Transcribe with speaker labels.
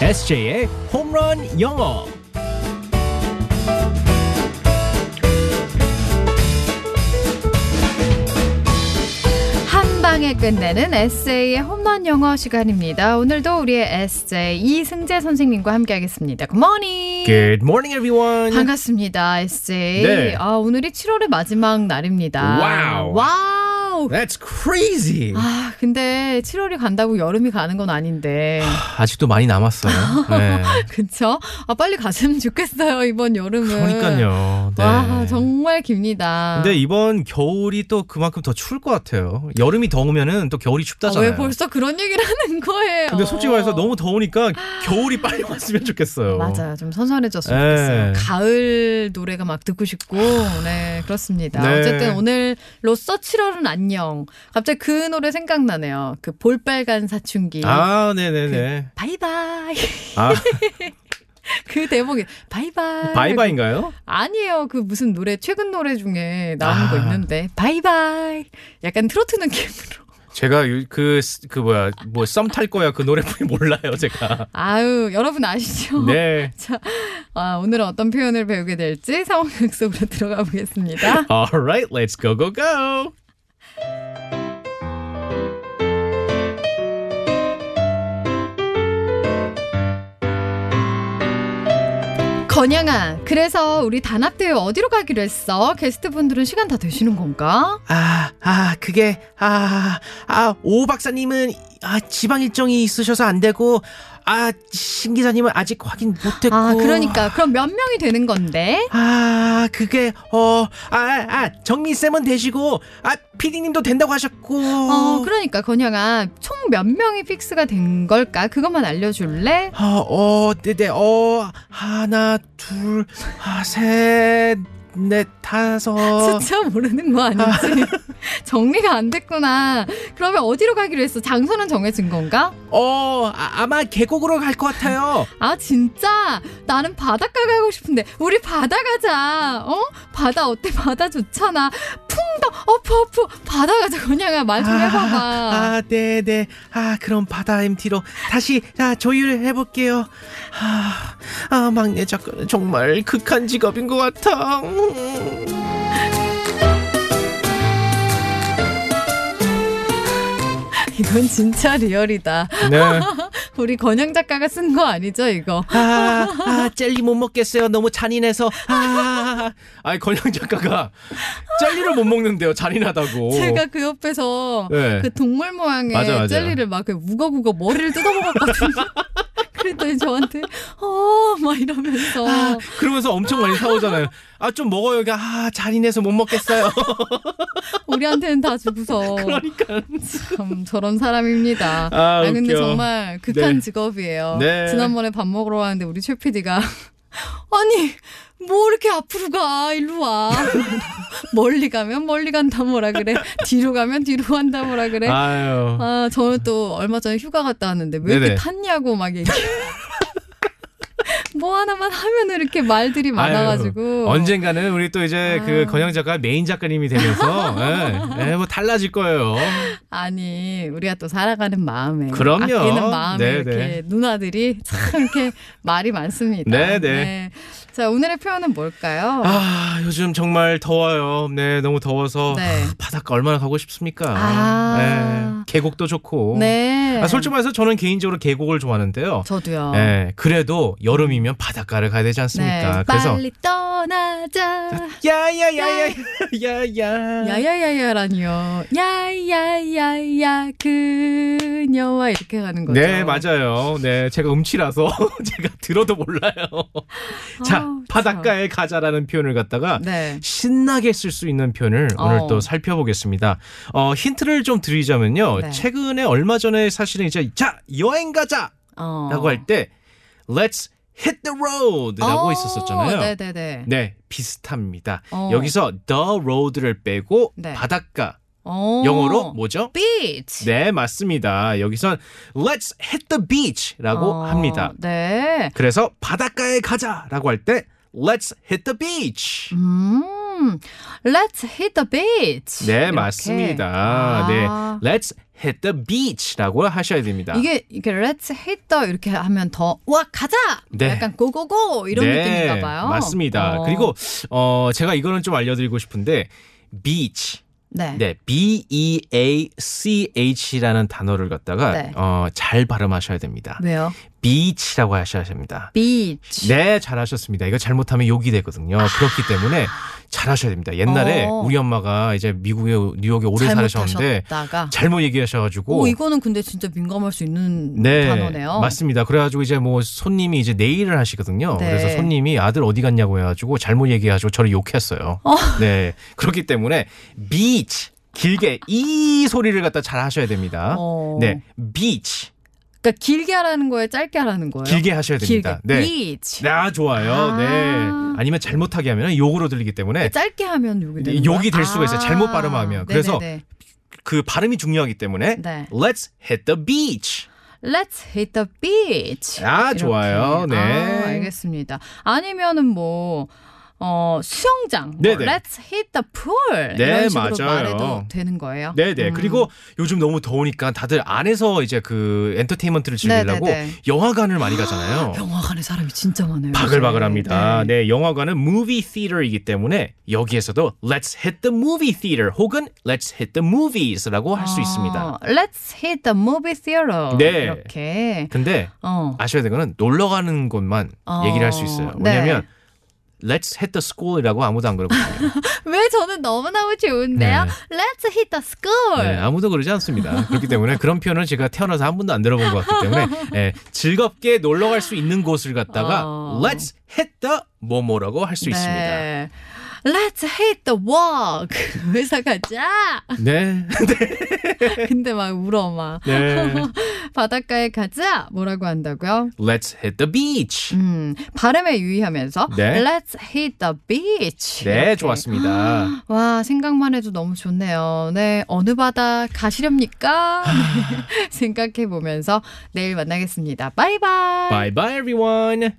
Speaker 1: SJ의 홈런 영어.
Speaker 2: 한 방에 끝내는 에세이의 홈런 영어 시간입니다. 오늘도 우리의 에세이 이승재 선생님과 함께하겠습니다. Good morning.
Speaker 1: Good morning, everyone.
Speaker 2: 반갑습니다, 에세이.
Speaker 1: 예. 네.
Speaker 2: 아, 오늘이 7월의 마지막 날입니다.
Speaker 1: 와우.
Speaker 2: 와우.
Speaker 1: That's crazy.
Speaker 2: 아, 근데 7월이 간다고 여름이 가는 건 아닌데.
Speaker 1: 아직도 많이 남았어요. 네.
Speaker 2: 그쵸? 아, 빨리 갔으면 좋겠어요, 이번 여름은.
Speaker 1: 그러니까요. 네.
Speaker 2: 네. 와, 정말 깁니다.
Speaker 1: 근데 이번 겨울이 또 그만큼 더 추울 것 같아요. 여름이 더우면은 또 겨울이
Speaker 2: 아,
Speaker 1: 춥다잖아요.
Speaker 2: 왜 벌써 그런 얘기를 하는 거예요?
Speaker 1: 근데 솔직히 말해서 너무 더우니까 겨울이 빨리 왔으면 좋겠어요.
Speaker 2: 맞아요. 좀 선선해졌으면
Speaker 1: 예.
Speaker 2: 좋겠어요. 가을 노래가 막 듣고 싶고, 네, 그렇습니다.
Speaker 1: 네.
Speaker 2: 어쨌든 오늘로써 7월은 안녕. 갑자기 그 노래 생각나네요. 그 볼빨간 사춘기.
Speaker 1: 아, 네네네.
Speaker 2: 바이바이.
Speaker 1: 아,
Speaker 2: 그 대목이 바이바이.
Speaker 1: 바이바인가요?
Speaker 2: 아니에요. 그 무슨 노래, 최근 노래 중에 나온
Speaker 1: 아.
Speaker 2: 거 있는데. 바이바이. 약간 트로트 느낌으로.
Speaker 1: 제가 유- 그, 스- 그 뭐야, 뭐 썸 탈 거야 그 노래뿐이 몰라요, 제가.
Speaker 2: 아유, 여러분 아시죠?
Speaker 1: 네.
Speaker 2: 아, 오늘은 어떤 표현을 배우게 될지 상황극 속으로 들어가 보겠습니다.
Speaker 1: Alright, let's go, go, go.
Speaker 2: 건양아, 그래서 우리 단합대회 어디로 가기로 했어? 게스트분들은 시간 다 되시는 건가?
Speaker 1: 아, 아, 그게, 아, 아, 오 박사님은, 아, 지방 일정이 있으셔서 안 되고, 아, 신 기자님은 아직 확인 못 했고.
Speaker 2: 아, 그러니까. 그럼 몇 명이 되는 건데?
Speaker 1: 아, 그게, 어, 아, 아, 정민쌤은 되시고, 아, 피디님도 된다고 하셨고.
Speaker 2: 어, 그러니까, 건양아. 총 몇 명이 픽스가 된 걸까? 그것만 알려줄래?
Speaker 1: 아, 어, 네네, 어, 하나, 둘, 아, 셋, 넷, 다섯.
Speaker 2: 진짜 모르는 거 아니지? 정리가 안 됐구나. 그러면 어디로 가기로 했어? 장소는 정해진 건가?
Speaker 1: 어, 아, 아마 계곡으로 갈 것 같아요.
Speaker 2: 아, 진짜? 나는 바닷가 가고 싶은데. 우리 바다 가자. 어? 바다 어때? 바다 좋잖아. 풍덩, 어프, 어프. 바다 가자, 건양아. 말 좀 해봐봐.
Speaker 1: 아, 네네. 아, 그럼 바다 MT로 다시 아, 조율을 해볼게요. 아, 아, 막내 작가는 정말 극한 직업인 것 같아. 음.
Speaker 2: 이건 진짜 리얼이다.
Speaker 1: 네.
Speaker 2: 우리 권영 작가가 쓴 거 아니죠, 이거?
Speaker 1: 아, 아, 젤리 못 먹겠어요. 너무 잔인해서. 아, 아니, 권영 작가가 젤리를 못 먹는데요. 잔인하다고.
Speaker 2: 제가 그 옆에서
Speaker 1: 네.
Speaker 2: 그 동물 모양의
Speaker 1: 맞아, 맞아.
Speaker 2: 젤리를 막 이렇게 우거우거 머리를 뜯어먹었거든요. 그랬더니 저한테 어, 막 이러면서
Speaker 1: 아, 그러면서 엄청 많이 사오잖아요. 아, 좀 먹어요. 그러니까, 아, 잔인해서 못 먹겠어요.
Speaker 2: 우리한테는 다 주고서
Speaker 1: 그러니까.
Speaker 2: 참 저런 사람입니다.
Speaker 1: 아,
Speaker 2: 아니, 근데
Speaker 1: 웃겨.
Speaker 2: 정말 극한
Speaker 1: 네.
Speaker 2: 직업이에요.
Speaker 1: 네.
Speaker 2: 지난번에 밥 먹으러 왔는데 우리 최 PD가 아니 뭐 이렇게 앞으로 가 일로 와 멀리 가면 멀리 간다 뭐라 그래 뒤로 가면 뒤로 간다 뭐라 그래 아,
Speaker 1: 아유.
Speaker 2: 저는 또 얼마 전에 휴가 갔다 왔는데 왜 이렇게
Speaker 1: 네네.
Speaker 2: 탔냐고 막 얘기 뭐 하나만 하면 이렇게 말들이 많아가지고
Speaker 1: 아유, 언젠가는 우리 또 이제 그
Speaker 2: 아.
Speaker 1: 건영 작가 메인 작가님이 되면서 예, 예, 뭐 달라질 거예요.
Speaker 2: 아니 우리가 또 살아가는 마음에
Speaker 1: 그럼요.
Speaker 2: 아끼는 마음에
Speaker 1: 네,
Speaker 2: 이렇게
Speaker 1: 네.
Speaker 2: 누나들이 참 이렇게 말이 많습니다.
Speaker 1: 네, 네.
Speaker 2: 자 오늘의 표현은 뭘까요?
Speaker 1: 아 요즘 정말 더워요. 네 너무 더워서
Speaker 2: 네.
Speaker 1: 바닷가 얼마나 가고 싶습니까?
Speaker 2: 아.
Speaker 1: 예, 계곡도 좋고.
Speaker 2: 네.
Speaker 1: 아, 솔직히 말해서 저는 개인적으로 계곡을 좋아하는데요.
Speaker 2: 저도요.
Speaker 1: 예, 그래도 여름이면 바닷가를 가야 되지 않습니까?
Speaker 2: 네,
Speaker 1: 그래서
Speaker 2: 빨리 떠나자.
Speaker 1: 야야야야 야야
Speaker 2: 야야야야라니요. 야야야야 그녀와 이렇게 가는 거죠.
Speaker 1: 네 맞아요. 네 제가 음치라서 제가 들어도 몰라요. 자,
Speaker 2: 아우,
Speaker 1: 바닷가에 가자라는 표현을 갖다가
Speaker 2: 참. 네.
Speaker 1: 신나게 쓸 수 있는 표현을
Speaker 2: 어.
Speaker 1: 오늘 또 살펴보겠습니다. 어, 힌트를 좀 드리자면요.
Speaker 2: 네.
Speaker 1: 최근에 얼마 전에 사실은 이제 자, 여행 가자!
Speaker 2: 어.
Speaker 1: 라고 할 때 let's hit the road 라고
Speaker 2: 어,
Speaker 1: 있었었잖아요. 네.
Speaker 2: 네네네.
Speaker 1: 비슷합니다.
Speaker 2: 어.
Speaker 1: 여기서 the road를 빼고
Speaker 2: 네.
Speaker 1: 바닷가
Speaker 2: 어.
Speaker 1: 영어로 뭐죠?
Speaker 2: beach.
Speaker 1: 네, 맞습니다. 여기선 let's hit the beach라고
Speaker 2: 어,
Speaker 1: 합니다.
Speaker 2: 네.
Speaker 1: 그래서 바닷가에 가자라고 할 때 let's hit the beach.
Speaker 2: 음. 음, let's hit the beach.
Speaker 1: 네,
Speaker 2: 이렇게.
Speaker 1: 맞습니다.
Speaker 2: 아.
Speaker 1: 네. Let's hit the beach라고 하셔야 됩니다.
Speaker 2: 이게 이게 let's hit the 이렇게 하면 더 와 가자.
Speaker 1: 네.
Speaker 2: 약간 고고고 이런
Speaker 1: 네,
Speaker 2: 느낌인가 봐요.
Speaker 1: 맞습니다.
Speaker 2: 어.
Speaker 1: 그리고 어 제가 이거는 좀 알려 드리고 싶은데 beach
Speaker 2: 네.
Speaker 1: 네, B E A C H라는 단어를 갖다가
Speaker 2: 네.
Speaker 1: 어, 잘 발음하셔야 됩니다.
Speaker 2: 왜요?
Speaker 1: beach라고 하셔야 됩니다.
Speaker 2: beach.
Speaker 1: 네, 잘하셨습니다. 이거 잘못하면 욕이 되거든요. 그렇기 때문에 잘하셔야 됩니다. 옛날에
Speaker 2: 아. 어.
Speaker 1: 우리 엄마가 이제 미국에 뉴욕에 오래 살으셨는데
Speaker 2: 잘못하셨다가
Speaker 1: 잘못 얘기하셔가지고
Speaker 2: 오 이거는 근데 진짜 민감할 수 있는
Speaker 1: 네,
Speaker 2: 단어네요.
Speaker 1: 맞습니다. 그래가지고 이제 뭐 손님이 이제 네일을 하시거든요.
Speaker 2: 네.
Speaker 1: 그래서 손님이 아들 어디 갔냐고 해가지고 잘못 얘기해가지고 저를 욕했어요. 네, 그렇기 때문에 beach 길게 이 소리를 갖다 잘 하셔야 됩니다.
Speaker 2: 어.
Speaker 1: 네, beach
Speaker 2: 그러니까 길게 하라는 거예요, 짧게 하라는 거예요.
Speaker 1: 길게 하셔야 됩니다.
Speaker 2: 길게.
Speaker 1: 네,
Speaker 2: beach.
Speaker 1: 아 좋아요.
Speaker 2: 아.
Speaker 1: 네, 아니면 잘못하게 하면 욕으로 들리기 때문에
Speaker 2: 짧게 하면 욕이 되는 거예요?
Speaker 1: 욕이 될 수가 있어요. 잘못 발음하면. 그래서
Speaker 2: 네네네.
Speaker 1: 그 발음이 중요하기 때문에
Speaker 2: 네.
Speaker 1: let's hit the beach.
Speaker 2: Let's hit the beach.
Speaker 1: 아 좋아요. 네.
Speaker 2: 아, 알겠습니다. 아니면은 뭐 어, 수영장. 뭐
Speaker 1: 네네.
Speaker 2: Let's hit the pool.
Speaker 1: 네,
Speaker 2: 이런 식으로
Speaker 1: 맞아요.
Speaker 2: 말해도 되는 거예요.
Speaker 1: 네네.
Speaker 2: 음.
Speaker 1: 그리고 요즘 너무 더우니까 다들 안에서 이제 그 엔터테인먼트를 즐기려고
Speaker 2: 네네네.
Speaker 1: 영화관을 많이 가잖아요.
Speaker 2: 영화관에 사람이 진짜 많아요.
Speaker 1: 바글바글합니다.
Speaker 2: 요새.
Speaker 1: 네. 영화관은 movie theater이기 때문에 여기에서도 let's hit the movie theater 혹은 let's hit the movies라고 뭐 할 수
Speaker 2: 아,
Speaker 1: 있습니다.
Speaker 2: Let's hit the movie theater.
Speaker 1: 네.
Speaker 2: 이렇게.
Speaker 1: 근데
Speaker 2: 어.
Speaker 1: 아셔야 되는 거는 놀러 가는 곳만
Speaker 2: 어,
Speaker 1: 얘기를 할 수 있어요.
Speaker 2: 네.
Speaker 1: 왜냐면 let's hit the school이라고 아무도 안 그러거든요.
Speaker 2: 왜 저는 너무너무 좋은데요? Let's hit the school.
Speaker 1: 네, 아무도 그러지 않습니다. 그렇기 때문에 그런 표현을 제가 태어나서 한 번도 안 들어본 것 같기 때문에 예, 즐겁게 놀러 갈 수 있는 곳을 갖다가
Speaker 2: 어.
Speaker 1: Let's hit the 뭐뭐라고 할 수 있습니다.
Speaker 2: 네. Let's hit the walk. 회사 가자.
Speaker 1: 네,
Speaker 2: 근데 막 울어 막
Speaker 1: 네.
Speaker 2: 바닷가에 가자 뭐라고 한다고요?
Speaker 1: Let's hit the beach.
Speaker 2: 음 발음에 유의하면서
Speaker 1: 네.
Speaker 2: Let's hit the beach.
Speaker 1: 네,
Speaker 2: 이렇게.
Speaker 1: 좋았습니다.
Speaker 2: 와 생각만 해도 너무 좋네요. 네 어느 바다 가시렵니까?
Speaker 1: 아.
Speaker 2: 생각해 보면서 내일 만나겠습니다. 바이바이.
Speaker 1: Bye bye everyone.